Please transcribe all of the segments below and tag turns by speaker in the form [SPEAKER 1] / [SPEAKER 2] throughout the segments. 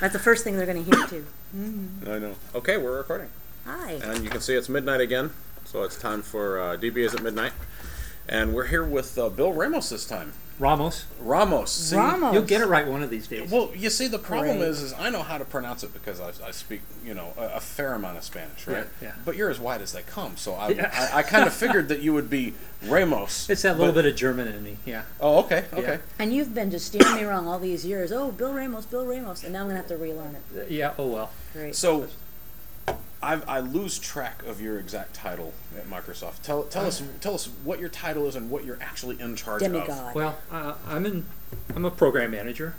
[SPEAKER 1] That's the first thing they're going to hear too.
[SPEAKER 2] I know. Okay, we're recording.
[SPEAKER 3] Uh,
[SPEAKER 1] Hi.
[SPEAKER 2] And you can see it's midnight again, so it's time for uh, DB is at midnight. And we're here with uh, Bill Ramos this time.
[SPEAKER 3] Ramos.
[SPEAKER 2] Ramos. See,
[SPEAKER 1] Ramos.
[SPEAKER 3] You'll get it right one of these days.
[SPEAKER 2] Oh. Well, you see, the problem
[SPEAKER 1] Great.
[SPEAKER 2] is, is I know how to pronounce it because I, I speak, you know, a, a fair amount of Spanish, right?
[SPEAKER 3] Yeah, yeah.
[SPEAKER 2] But you're as wide as they come, so I,
[SPEAKER 3] Yeah.
[SPEAKER 2] I, I kind of figured that you would be Ramos.
[SPEAKER 3] it's that little bit of German in me. Yeah.
[SPEAKER 2] Oh, okay, okay.
[SPEAKER 1] And you've been just steering me wrong all these years. Oh, Bill Ramos, Bill Ramos, and now I'm going to have to relearn it.
[SPEAKER 3] Yeah. Oh well.
[SPEAKER 1] Great.
[SPEAKER 2] So, I've, I lose track of your exact title at Microsoft. Tell, tell
[SPEAKER 3] Uh.
[SPEAKER 2] us, tell us what your title is and what you're actually in charge of.
[SPEAKER 1] Demigod.
[SPEAKER 3] Well, uh, I'm in. I'm a program manager,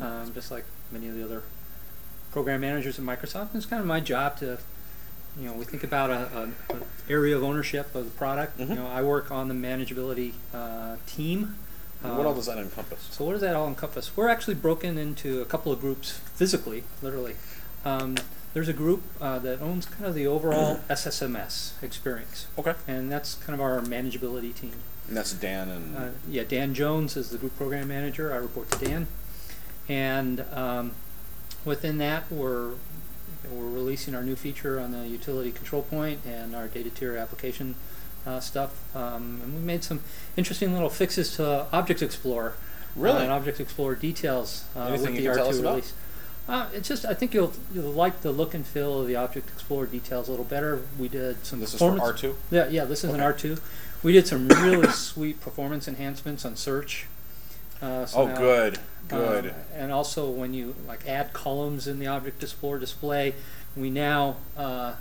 [SPEAKER 3] um, just like many of the other program managers at Microsoft. And it's kind of my job to, you know, we think about a, a, an area of ownership of the product.
[SPEAKER 2] Mhm.
[SPEAKER 3] You know, I work on the manageability uh, team.
[SPEAKER 2] And
[SPEAKER 3] Uh,
[SPEAKER 2] what all does that encompass?
[SPEAKER 3] So what does that all encompass? We're actually broken into a couple of groups physically, literally. Um, there's a group uh, that owns kind of the overall SSMS experience,
[SPEAKER 2] Okay.
[SPEAKER 3] and that's kind of our manageability team.
[SPEAKER 2] And that's Dan and.
[SPEAKER 3] Uh, yeah, Dan Jones is the group program manager. I report to Dan, and um, within that, we're we're releasing our new feature on the utility control point and our data tier application uh, stuff. Um, and we made some interesting little fixes to Object Explorer.
[SPEAKER 2] Really?
[SPEAKER 3] Uh, and Object Explorer details uh, with
[SPEAKER 2] Anything
[SPEAKER 3] the
[SPEAKER 2] you
[SPEAKER 3] R2
[SPEAKER 2] can tell us about?
[SPEAKER 3] release. Uh, it's just I think you'll you'll like the look and feel of the Object Explorer details a little better. We did some
[SPEAKER 2] this is for
[SPEAKER 3] performance-
[SPEAKER 2] R2?
[SPEAKER 3] yeah, yeah, this is an R2. We did some really sweet performance enhancements on search. Uh, so
[SPEAKER 2] Oh,
[SPEAKER 3] now,
[SPEAKER 2] good.
[SPEAKER 3] um,
[SPEAKER 2] Good.
[SPEAKER 3] and also when you like add columns in the object explorer display, we now uh,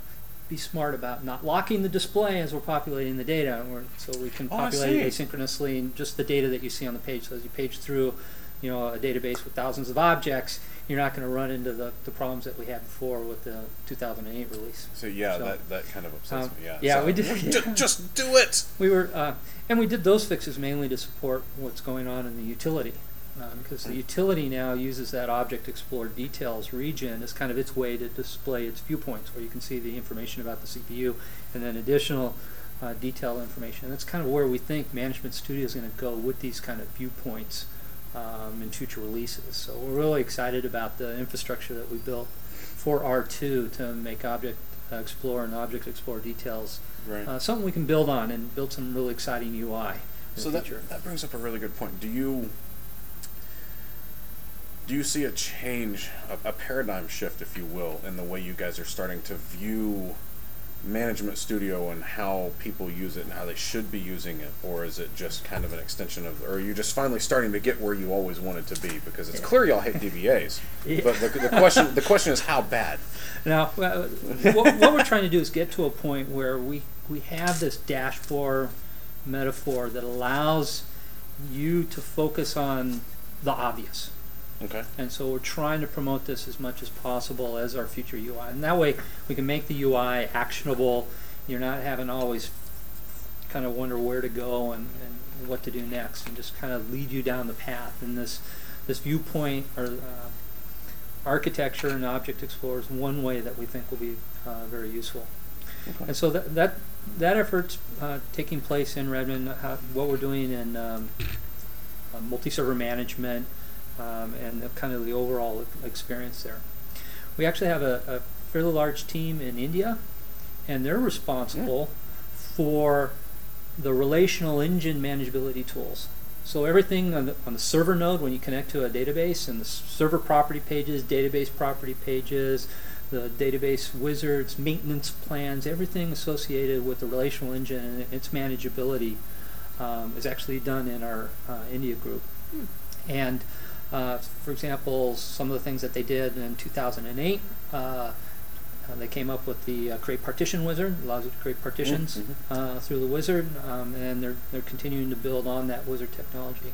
[SPEAKER 3] be smart about not locking the display as we're populating the data, and we're, so we can
[SPEAKER 2] Oh, I
[SPEAKER 3] populate it
[SPEAKER 2] see.
[SPEAKER 3] asynchronously and just the data that you see on the page. So as you page through, you know, a database with thousands of objects, you're not going to run into the, the problems that we had before with the 2008 release.
[SPEAKER 2] so, yeah,
[SPEAKER 3] so-
[SPEAKER 2] that, that kind of upsets
[SPEAKER 3] Um,
[SPEAKER 2] me. Yeah,
[SPEAKER 3] yeah,
[SPEAKER 2] so-
[SPEAKER 3] we did-
[SPEAKER 2] Ju- Just do it!
[SPEAKER 3] We were, uh, and we did those fixes mainly to support what's going on in the utility, because the utility now uses that object explore details region as kind of its way to display its viewpoints, where you can see the information about the CPU and then additional uh, detailed information. And that's kind of where we think Management Studio is going to go with these kind of viewpoints um, in future releases. So we're really excited about the infrastructure that we built for R2 to make Object uh, Explorer and Object Explorer details
[SPEAKER 2] Right.
[SPEAKER 3] uh, something we can build on and build some really exciting UI.
[SPEAKER 2] so,
[SPEAKER 3] In the
[SPEAKER 2] that,
[SPEAKER 3] future.
[SPEAKER 2] that brings up a really good point. Do you. Do you see a change, a, a paradigm shift, if you will, in the way you guys are starting to view Management Studio and how people use it and how they should be using it? Or is it just kind of an extension of, or are you just finally starting to get where you always wanted to be? Because it's clear y'all hate DBAs.
[SPEAKER 3] Yeah.
[SPEAKER 2] But the, the, question, the question is how bad?
[SPEAKER 3] Now, uh, what, what we're trying to do is get to a point where we, we have this dashboard metaphor that allows you to focus on the obvious.
[SPEAKER 2] Okay.
[SPEAKER 3] And so we're trying to promote this as much as possible as our future UI. And that way we can make the UI actionable. You're not having to always kind of wonder where to go and, and what to do next and just kind of lead you down the path. And this, this viewpoint or uh, architecture and object explorer is one way that we think will be uh, very useful. And so that, that, that effort's uh, taking place in Redmond, how, what we're doing in um, uh, multi-server management, um, and the, kind of the overall experience there. We actually have a, a fairly large team in India, and they're responsible for the relational engine manageability tools. So everything on the, on the server node, when you connect to a database, and the s- server property pages, database property pages, the database wizards, maintenance plans, everything associated with the relational engine and its manageability um, is actually done in our uh, India group. And uh, for example, some of the things that they did in 2008, uh, uh, they came up with the uh, create partition wizard, allows you to create partitions
[SPEAKER 2] mhm.
[SPEAKER 3] uh, through the wizard, um, and they're they're continuing to build on that wizard technology.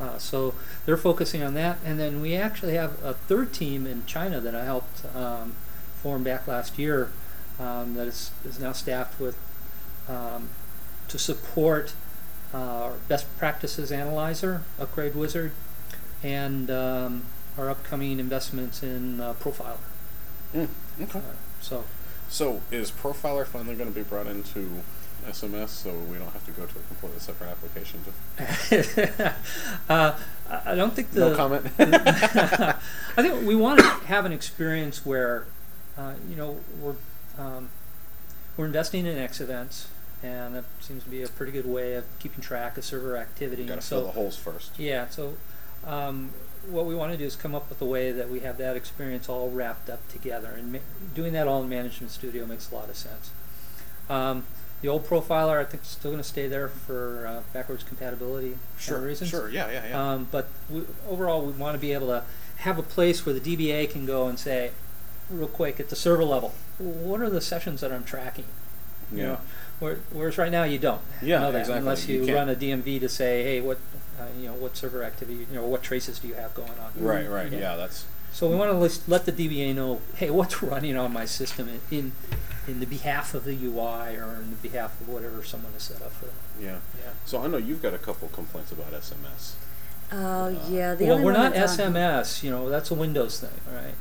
[SPEAKER 3] Uh, so they're focusing on that, and then we actually have a third team in China that I helped um, form back last year um, that is is now staffed with um, to support uh, our best practices analyzer, upgrade wizard, and um, our upcoming investments in uh, profiler.
[SPEAKER 2] Mm, okay.
[SPEAKER 3] Uh, so
[SPEAKER 2] So is Profiler finally going to be brought into SMS, so we don't have to go to a completely separate application. To,
[SPEAKER 3] uh, I I don't think the
[SPEAKER 2] no comment.
[SPEAKER 3] I think we want to have an experience where, uh, you know, we're um, we're investing in X events, and that seems to be a pretty good way of keeping track of server activity.
[SPEAKER 2] Got to
[SPEAKER 3] And
[SPEAKER 2] fill the
[SPEAKER 3] so,
[SPEAKER 2] holes first.
[SPEAKER 3] yeah, so um, what we want to do is come up with a way that we have that experience all wrapped up together, and ma- doing that all in Management Studio makes a lot of sense. Um, the old profiler, I think, is still going to stay there for uh, backwards compatibility kind of
[SPEAKER 2] Sure.
[SPEAKER 3] reasons.
[SPEAKER 2] Sure. Yeah. Yeah. Yeah.
[SPEAKER 3] Um, but we, overall, we want to be able to have a place where the DBA can go and say, real quick, at the server level, what are the sessions that I'm tracking? You
[SPEAKER 2] yeah.
[SPEAKER 3] know, where, whereas right now you don't
[SPEAKER 2] Yeah,
[SPEAKER 3] know that
[SPEAKER 2] exactly.
[SPEAKER 3] unless
[SPEAKER 2] You
[SPEAKER 3] you,
[SPEAKER 2] can't-
[SPEAKER 3] run a DMV to say, hey, what uh, you know, what server activity, you know, what traces do you have going on?
[SPEAKER 2] Right. Right.
[SPEAKER 3] Yeah.
[SPEAKER 2] Yeah. That's
[SPEAKER 3] So we want to let the DBA know, hey, what's running on my system in, in in the behalf of the UI or in the behalf of whatever someone has set up for them.
[SPEAKER 2] yeah.
[SPEAKER 3] Yeah.
[SPEAKER 2] So I know you've got a couple complaints about SMS.
[SPEAKER 1] Oh yeah, the
[SPEAKER 3] well,
[SPEAKER 1] only
[SPEAKER 3] we're
[SPEAKER 1] one
[SPEAKER 3] not
[SPEAKER 1] that's on-
[SPEAKER 3] SMS. You know, that's a Windows thing, all right?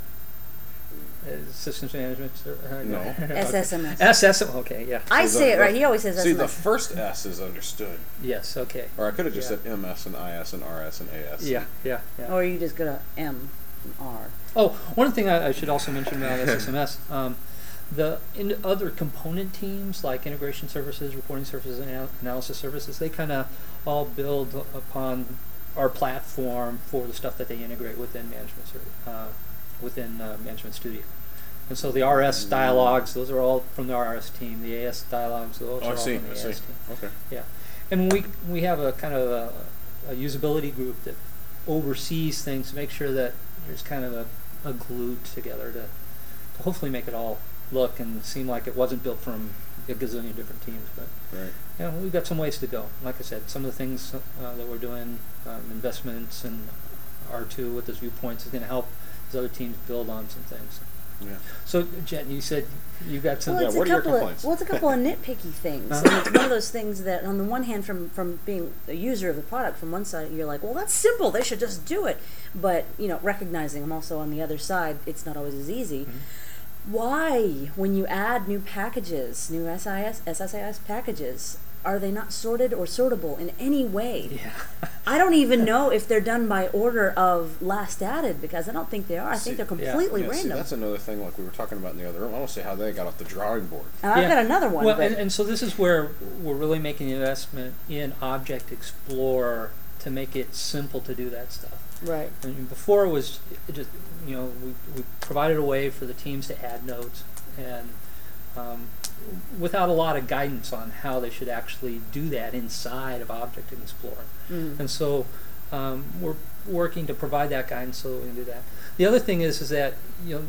[SPEAKER 3] Uh, Systems management. ser- uh,
[SPEAKER 2] No.
[SPEAKER 1] SSMS.
[SPEAKER 3] SSM. Okay. Yeah.
[SPEAKER 1] I
[SPEAKER 2] So the-
[SPEAKER 1] say it right.
[SPEAKER 2] the-
[SPEAKER 1] He always says
[SPEAKER 2] See, the
[SPEAKER 1] SMS.
[SPEAKER 2] first S is understood,
[SPEAKER 3] Yes. Okay.
[SPEAKER 2] or I could have just
[SPEAKER 3] Yeah.
[SPEAKER 2] said MS and IS and RS and AS.
[SPEAKER 3] Yeah. Yeah. Yeah.
[SPEAKER 1] Or you just go to M and R.
[SPEAKER 3] Oh, one thing I, I should also mention about SSMS. Um, the in other component teams like integration services, reporting services, and anal- analysis services, they kind of all build upon our platform for the stuff that they integrate within management ser- uh, within uh, management studio. And so the RS
[SPEAKER 2] Mm.
[SPEAKER 3] dialogues, those are all from the RS team. The AS dialogues, those
[SPEAKER 2] Oh,
[SPEAKER 3] are
[SPEAKER 2] I
[SPEAKER 3] all
[SPEAKER 2] see.
[SPEAKER 3] from the
[SPEAKER 2] I
[SPEAKER 3] AS
[SPEAKER 2] see.
[SPEAKER 3] team.
[SPEAKER 2] Okay.
[SPEAKER 3] And we we have a kind of a, a usability group that oversees things to make sure that there's kind of a, a glue together to, to hopefully make it all look and seem like it wasn't built from a gazillion different teams. But
[SPEAKER 2] Right.
[SPEAKER 3] you know, we've got some ways to go. Like I said, some of the things uh, that we're doing, um, investments and R2 with those viewpoints is going to help those other teams build on some things.
[SPEAKER 2] Yeah.
[SPEAKER 3] So, Jen, you said you got some.
[SPEAKER 1] Well, it's
[SPEAKER 2] what
[SPEAKER 1] a
[SPEAKER 2] are your
[SPEAKER 1] couple of
[SPEAKER 2] complaints?
[SPEAKER 1] well, it's a couple of nitpicky things.
[SPEAKER 3] Uh-huh.
[SPEAKER 1] And it's one of those things that, on the one hand, from from being a user of the product, from one side you're like, well, that's simple. They should just do it. But you know, recognizing I'm also on the other side, it's not always as easy.
[SPEAKER 2] Mm-hmm.
[SPEAKER 1] Why, when you add new packages, new SIS, SSIS packages, are they not sorted or sortable in any way?
[SPEAKER 3] yeah.
[SPEAKER 1] I don't even know if they're done by order of last added because I don't think they are. I
[SPEAKER 2] See,
[SPEAKER 1] think they're
[SPEAKER 3] yeah.
[SPEAKER 1] completely
[SPEAKER 2] Yeah, see,
[SPEAKER 1] random.
[SPEAKER 2] that's another thing, like we were talking about in the other room. I don't see how they got off the drawing board.
[SPEAKER 1] and I've
[SPEAKER 3] Yeah.
[SPEAKER 1] got another one.
[SPEAKER 3] Well,
[SPEAKER 1] but
[SPEAKER 3] and, and so this is where we're really making the investment in Object Explorer to make it simple to do that stuff.
[SPEAKER 1] right.
[SPEAKER 3] I mean, before it was it just you know we, we provided a way for the teams to add nodes and um, without a lot of guidance on how they should actually do that inside of Object Explorer.
[SPEAKER 1] Mhm.
[SPEAKER 3] And so um, we're working to provide that guidance so that we can do that. The other thing is is that you know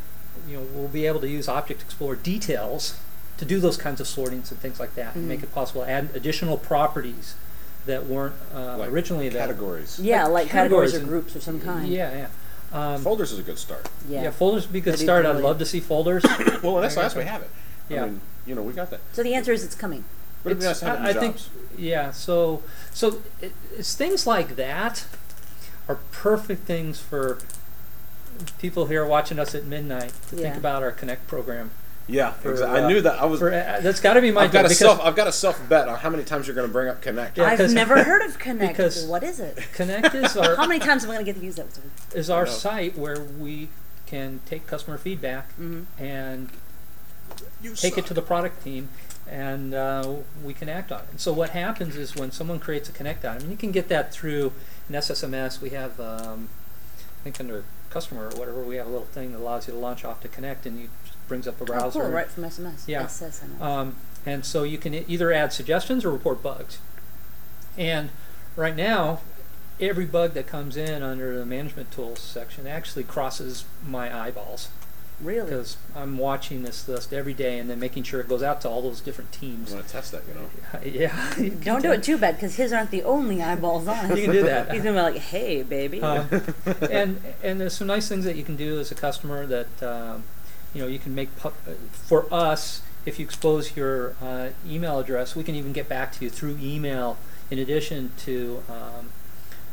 [SPEAKER 3] you know we'll be able to use Object Explorer details to do those kinds of sortings and things like that, and make
[SPEAKER 1] Mhm.
[SPEAKER 3] it possible to add additional properties that weren't uh,
[SPEAKER 2] Like
[SPEAKER 3] originally available.
[SPEAKER 2] Categories.
[SPEAKER 1] Yeah,
[SPEAKER 3] Like
[SPEAKER 1] like categories,
[SPEAKER 3] categories and-
[SPEAKER 1] or groups of some kind.
[SPEAKER 3] Yeah, yeah. Um,
[SPEAKER 2] Folders is a good start.
[SPEAKER 1] Yeah.
[SPEAKER 3] yeah. folders would be a good
[SPEAKER 1] That'd be
[SPEAKER 3] start. I'd
[SPEAKER 1] brilliant.
[SPEAKER 3] love to see folders.
[SPEAKER 2] Well, in
[SPEAKER 3] I
[SPEAKER 2] SIS we
[SPEAKER 3] gotcha.
[SPEAKER 2] have it. I
[SPEAKER 3] Yeah.
[SPEAKER 2] mean, you know, we got that.
[SPEAKER 1] So the answer is it's coming.
[SPEAKER 2] But it'd be nice
[SPEAKER 3] It's-
[SPEAKER 2] to have it in
[SPEAKER 3] I- I think-
[SPEAKER 2] jobs.
[SPEAKER 3] yeah, so so it, it's things like that are perfect things for people here watching us at midnight to think
[SPEAKER 1] Yeah.
[SPEAKER 3] about our Connect program.
[SPEAKER 2] yeah,
[SPEAKER 3] for,
[SPEAKER 2] exactly. I
[SPEAKER 3] uh,
[SPEAKER 2] knew that. I was.
[SPEAKER 3] For, uh, that's got to be my
[SPEAKER 2] I've got
[SPEAKER 3] job
[SPEAKER 2] a
[SPEAKER 3] because
[SPEAKER 2] self. I've got a self bet on how many times you're going to bring up Connect.
[SPEAKER 3] Yeah,
[SPEAKER 1] I've
[SPEAKER 3] 'cause-
[SPEAKER 1] never heard of Connect.
[SPEAKER 3] because-
[SPEAKER 1] what is it?
[SPEAKER 3] Connect is
[SPEAKER 1] How
[SPEAKER 3] our
[SPEAKER 1] many times am I going to get to use that? Mm-hmm.
[SPEAKER 3] is our
[SPEAKER 2] No.
[SPEAKER 3] site where we can take customer feedback
[SPEAKER 1] Mm-hmm.
[SPEAKER 3] and
[SPEAKER 2] You
[SPEAKER 3] take it
[SPEAKER 2] suck.
[SPEAKER 3] to the product team and uh, we can act on it. And so what happens is when someone creates a connect item, and you can get that through an SSMS, we have, um, I think under customer or whatever, we have a little thing that allows you to launch off to connect and you just brings up a
[SPEAKER 1] Oh,
[SPEAKER 3] browser.
[SPEAKER 1] cool, right from SMS.
[SPEAKER 3] Yeah.
[SPEAKER 1] SSMS.
[SPEAKER 3] Um, and so you can e- either add suggestions or report bugs. And right now, every bug that comes in under the management tools section actually crosses my eyeballs
[SPEAKER 1] really?
[SPEAKER 3] because I'm watching this list every day and then making sure it goes out to all those different
[SPEAKER 2] I'm
[SPEAKER 3] teams.
[SPEAKER 2] going to test that. You know.
[SPEAKER 3] Yeah, you can
[SPEAKER 1] Don't do it too bad because his aren't the only eyeballs on
[SPEAKER 3] You
[SPEAKER 1] it.
[SPEAKER 3] can do
[SPEAKER 1] He's
[SPEAKER 3] that.
[SPEAKER 1] going to be like, hey, baby.
[SPEAKER 3] Um, and and there's some nice things that you can do as a customer that um, you know you can make pub- for us. If you expose your uh, email address, we can even get back to you through email. In addition to um,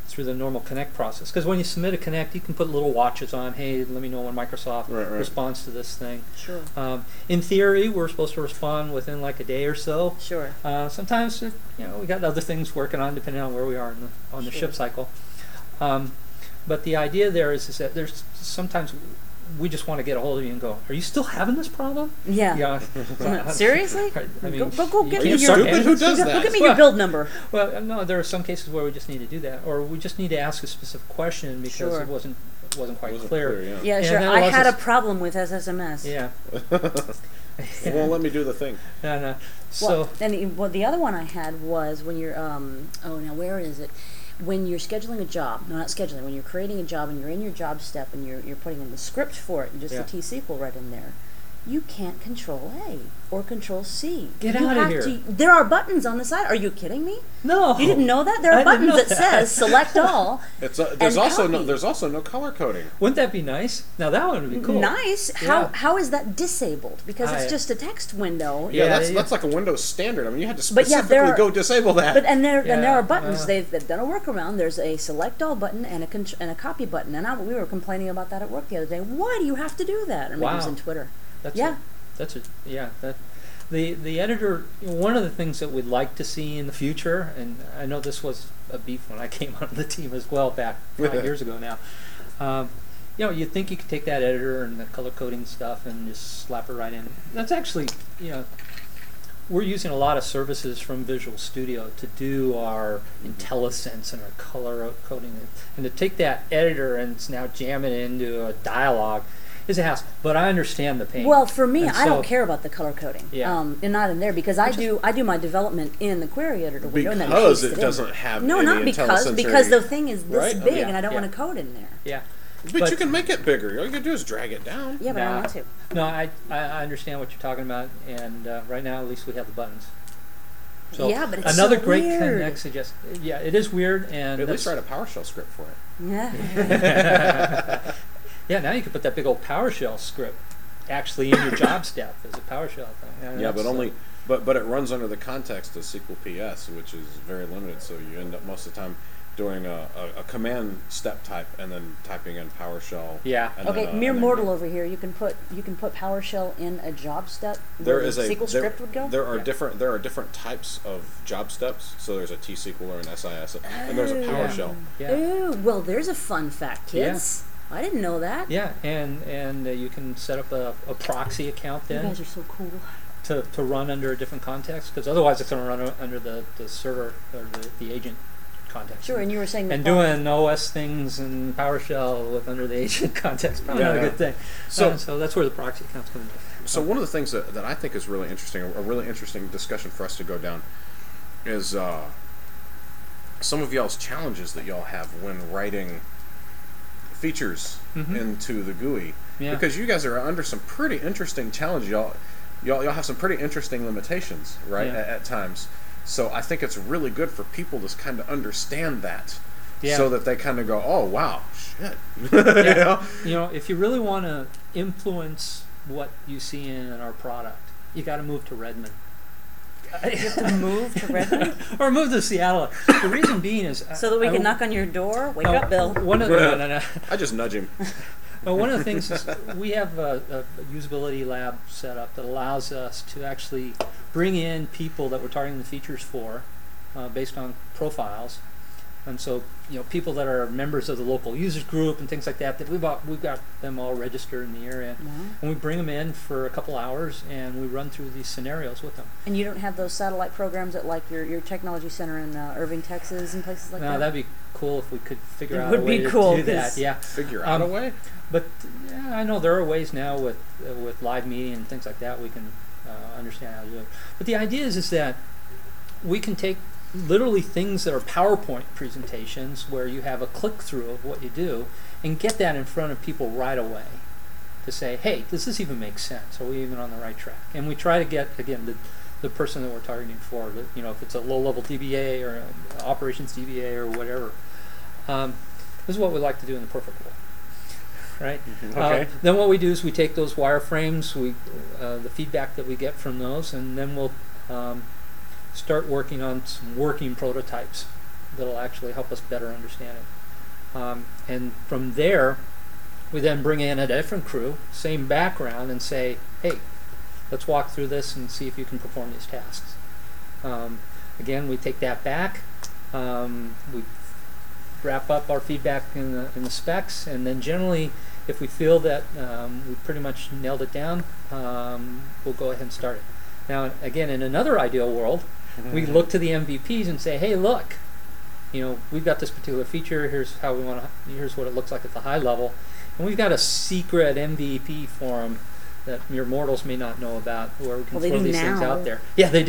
[SPEAKER 3] through the normal connect process. Because when you submit a connect, you can put little watches on. Hey, let me know when Microsoft
[SPEAKER 2] Right, right.
[SPEAKER 3] responds to this thing.
[SPEAKER 1] Sure.
[SPEAKER 3] Um, in theory, we're supposed to respond within like a day or so.
[SPEAKER 1] Sure.
[SPEAKER 3] Uh, sometimes it, you know we got other things working on depending on where we are in the, on the
[SPEAKER 1] Sure.
[SPEAKER 3] ship cycle. Um, but the idea there is, is that there's sometimes we just want to get a hold of you and go, "Are you still having this problem?"
[SPEAKER 1] Yeah.
[SPEAKER 3] So-
[SPEAKER 1] Seriously?
[SPEAKER 3] Right, I mean,
[SPEAKER 1] go, go, go
[SPEAKER 3] you
[SPEAKER 1] get
[SPEAKER 3] can't
[SPEAKER 1] me your.
[SPEAKER 3] start
[SPEAKER 2] Stupid, who
[SPEAKER 3] answering-
[SPEAKER 2] does
[SPEAKER 1] Look
[SPEAKER 2] that?
[SPEAKER 1] at me your build number.
[SPEAKER 3] Well, uh, no, there are some cases where we just need to do that, or we just need to ask a specific question because
[SPEAKER 1] Sure.
[SPEAKER 3] it wasn't it wasn't quite
[SPEAKER 2] Wasn't
[SPEAKER 3] clear.
[SPEAKER 2] yeah.
[SPEAKER 1] Yeah,
[SPEAKER 3] And
[SPEAKER 1] sure.
[SPEAKER 3] then
[SPEAKER 1] I
[SPEAKER 3] allows
[SPEAKER 1] had a
[SPEAKER 3] us-
[SPEAKER 1] problem with SSMS.
[SPEAKER 3] Yeah.
[SPEAKER 2] It won't let me do the thing.
[SPEAKER 3] No, no. uh, So
[SPEAKER 1] Well, and it- well, the other one I had was when you're um oh now where is it? When you're scheduling a job, no, not scheduling. When you're creating a job and you're in your job step and you're you're putting in the script for it and just
[SPEAKER 3] Yeah.
[SPEAKER 1] the T SQL right in there, you can't Control A or Control C.
[SPEAKER 3] Get
[SPEAKER 1] you
[SPEAKER 3] outta
[SPEAKER 1] have
[SPEAKER 3] here.
[SPEAKER 1] To, there are buttons on the side. Are you kidding me?
[SPEAKER 3] no,
[SPEAKER 1] You didn't know that there
[SPEAKER 3] Oh. I
[SPEAKER 1] are
[SPEAKER 3] didn't
[SPEAKER 1] buttons
[SPEAKER 3] know
[SPEAKER 1] that,
[SPEAKER 3] that.
[SPEAKER 1] says select all.
[SPEAKER 2] It's uh there's
[SPEAKER 1] And
[SPEAKER 2] also no
[SPEAKER 1] copy.
[SPEAKER 2] there's also no color coding.
[SPEAKER 3] Wouldn't that be nice? Now that would be cool.
[SPEAKER 1] Nice.
[SPEAKER 3] Yeah.
[SPEAKER 1] How how is that disabled? Because
[SPEAKER 3] I-
[SPEAKER 1] it's just a text window.
[SPEAKER 2] Yeah,
[SPEAKER 3] Yeah,
[SPEAKER 2] that's
[SPEAKER 3] yeah.
[SPEAKER 2] that's like a Windows standard. I mean, you had to
[SPEAKER 1] But yeah,
[SPEAKER 2] specifically
[SPEAKER 1] there are-
[SPEAKER 2] go disable that.
[SPEAKER 1] But uh, and there and there
[SPEAKER 3] Yeah,
[SPEAKER 1] are buttons.
[SPEAKER 3] uh.
[SPEAKER 1] they've, they've done a workaround. There's a select all button and a contr- and a copy button. And I, we were complaining about that at work the other day. Why do you have to do that? I mean, it was
[SPEAKER 3] Wow.
[SPEAKER 1] in Twitter.
[SPEAKER 3] That's
[SPEAKER 1] Yeah.
[SPEAKER 3] A, that's it. Yeah. That the the editor. One of the things that we'd like to see in the future, and I know this was a beef when I came on the team as well back five years ago now. Um, you know, you'd think you could take that editor and the color coding stuff and just slap it right in. That's actually, you know, we're using a lot of services from Visual Studio to do our IntelliSense and our color coding, and to take that editor and it's now jam it into a dialogue is a hassle. But I understand the pain.
[SPEAKER 1] Well, for me,
[SPEAKER 3] And
[SPEAKER 1] I
[SPEAKER 3] so-
[SPEAKER 1] don't care about the color coding.
[SPEAKER 3] Yeah.
[SPEAKER 1] Um, and not in there because I do I do my development in the query editor window. and then
[SPEAKER 2] Because
[SPEAKER 1] paste
[SPEAKER 2] it
[SPEAKER 1] in.
[SPEAKER 2] doesn't have
[SPEAKER 1] No,
[SPEAKER 2] any
[SPEAKER 1] not because
[SPEAKER 2] IntelliSense or
[SPEAKER 1] because the
[SPEAKER 2] any-
[SPEAKER 1] thing is this
[SPEAKER 2] Right? Oh,
[SPEAKER 1] big
[SPEAKER 3] yeah,
[SPEAKER 1] and I don't
[SPEAKER 3] yeah.
[SPEAKER 1] want to code in there.
[SPEAKER 3] yeah.
[SPEAKER 2] but,
[SPEAKER 3] but-
[SPEAKER 2] you can make it bigger. All you can do is drag it down.
[SPEAKER 1] Yeah, but I
[SPEAKER 3] Nah.
[SPEAKER 1] don't want to.
[SPEAKER 3] No, I, I I understand what you're talking about, and uh, right now at least we have the buttons. So
[SPEAKER 1] Yeah, but it's
[SPEAKER 3] another
[SPEAKER 1] so
[SPEAKER 3] great
[SPEAKER 1] weird.
[SPEAKER 3] connect suggest. Yeah, it is weird, and
[SPEAKER 2] At least
[SPEAKER 3] that's-
[SPEAKER 2] write a PowerShell script for it.
[SPEAKER 1] Yeah.
[SPEAKER 3] yeah, now you can put that big old PowerShell script actually in your job step as a PowerShell thing. And
[SPEAKER 2] Yeah,
[SPEAKER 3] that's,
[SPEAKER 2] but
[SPEAKER 3] uh,
[SPEAKER 2] only but but it runs under the context of SQL PS, which is very limited. So you end up most of the time doing a, a, a command step type and then typing in PowerShell.
[SPEAKER 3] Yeah.
[SPEAKER 2] and
[SPEAKER 1] okay,
[SPEAKER 2] then, uh,
[SPEAKER 1] mere
[SPEAKER 2] and then-
[SPEAKER 1] mortal over here. You can put you can put PowerShell in a job step.
[SPEAKER 2] There
[SPEAKER 1] where the
[SPEAKER 2] is a
[SPEAKER 1] SQL
[SPEAKER 2] there,
[SPEAKER 1] script would go.
[SPEAKER 2] there are
[SPEAKER 3] Yeah.
[SPEAKER 2] different there are different types of job steps. So there's a T SQL or an SIS, and there's a
[SPEAKER 1] Oh.
[SPEAKER 2] PowerShell.
[SPEAKER 3] Yeah,
[SPEAKER 1] Ooh, well, there's a fun fact,
[SPEAKER 3] Yeah.
[SPEAKER 1] kids. I didn't know that.
[SPEAKER 3] yeah, and and uh, you can set up a, a proxy account
[SPEAKER 1] You
[SPEAKER 3] then
[SPEAKER 1] guys are so cool.
[SPEAKER 3] to, to run under a different context because otherwise it's going to run u- under the, the server or the, the agent context.
[SPEAKER 1] Sure, and you were saying
[SPEAKER 3] and
[SPEAKER 1] that Bob-
[SPEAKER 3] doing OS things in PowerShell with under the agent context probably not
[SPEAKER 2] Yeah.
[SPEAKER 3] a good thing.
[SPEAKER 2] So-
[SPEAKER 3] So, so that's where the proxy accounts come in.
[SPEAKER 2] So one of the things that, that I think is really interesting, a really interesting discussion for us to go down, is uh, some of y'all's challenges that y'all have when writing features
[SPEAKER 3] Mhm.
[SPEAKER 2] into the GUI,
[SPEAKER 3] Yeah.
[SPEAKER 2] because you guys are under some pretty interesting challenges. Y'all, y'all, y'all have some pretty interesting limitations, right?
[SPEAKER 3] Yeah.
[SPEAKER 2] At, at times. So I think it's really good for people to kind of understand that,
[SPEAKER 3] Yeah.
[SPEAKER 2] so that they kind of go, "Oh wow, shit."
[SPEAKER 3] Yeah.
[SPEAKER 2] you know?
[SPEAKER 3] you know, if you really want to influence what you see in our product, you got to move to Redmond.
[SPEAKER 1] move to Redmond
[SPEAKER 3] or move to Seattle. The reason being is
[SPEAKER 1] so that we
[SPEAKER 3] I-
[SPEAKER 1] can knock on your door. Wake
[SPEAKER 3] no,
[SPEAKER 1] up, Bill.
[SPEAKER 3] One of the, no, no, no.
[SPEAKER 2] I just nudge him.
[SPEAKER 3] But one of the things is we have a, a usability lab set up that allows us to actually bring in people that we're targeting the features for, uh, based on profiles, and so you know people that are members of the local users group and things like that. That we've got, we've got them all registered in the area. And we bring them in for a couple hours and we run through these scenarios with them.
[SPEAKER 1] And you don't have those satellite programs at like your, your technology center in uh, Irving, Texas, and places like
[SPEAKER 3] now,
[SPEAKER 1] that.
[SPEAKER 3] that'd be cool if we could figure
[SPEAKER 1] It
[SPEAKER 3] out a
[SPEAKER 1] would
[SPEAKER 3] way
[SPEAKER 1] be
[SPEAKER 3] to
[SPEAKER 1] cool,
[SPEAKER 3] do that.
[SPEAKER 1] 'cause-
[SPEAKER 3] Yeah,
[SPEAKER 2] Figure
[SPEAKER 3] Um,
[SPEAKER 2] out a way.
[SPEAKER 3] but yeah, I know there are ways now with uh, with live meeting and things like that we can uh, understand how to do it. But the idea is is that we can take literally things that are PowerPoint presentations where you have a click through of what you do and get that in front of people right away to say, hey, does this even make sense? Are we even on the right track? And we try to get again the the person that we're targeting for, the- you know, if it's a low level DBA or a operations DBA or whatever. Um, this is what we like to do in the perfect world, right?
[SPEAKER 2] Okay.
[SPEAKER 3] Uh, then what we do is we take those wireframes, we uh, the feedback that we get from those, and then we'll um, start working on some working prototypes that'll actually help us better understand it. Um, and from there, we then bring in a different crew, same background, and say, hey, let's walk through this and see if you can perform these tasks. Um, again, we take that back. Um, we wrap up our feedback in the, in the specs, and then generally, if we feel that um, we pretty much nailed it down, um, we'll go ahead and start it. Now, again, in another ideal world, we
[SPEAKER 2] Mm-hmm.
[SPEAKER 3] look to the MVPs and say, "Hey, look, you know, we've got this particular feature. Here's how we want to. Here's what it looks like at the high level, and we've got a secret MVP forum that mere mortals may not know about, where we can
[SPEAKER 1] Well, they
[SPEAKER 3] throw
[SPEAKER 1] do
[SPEAKER 3] these things
[SPEAKER 1] now.
[SPEAKER 3] out there. Yeah, they do.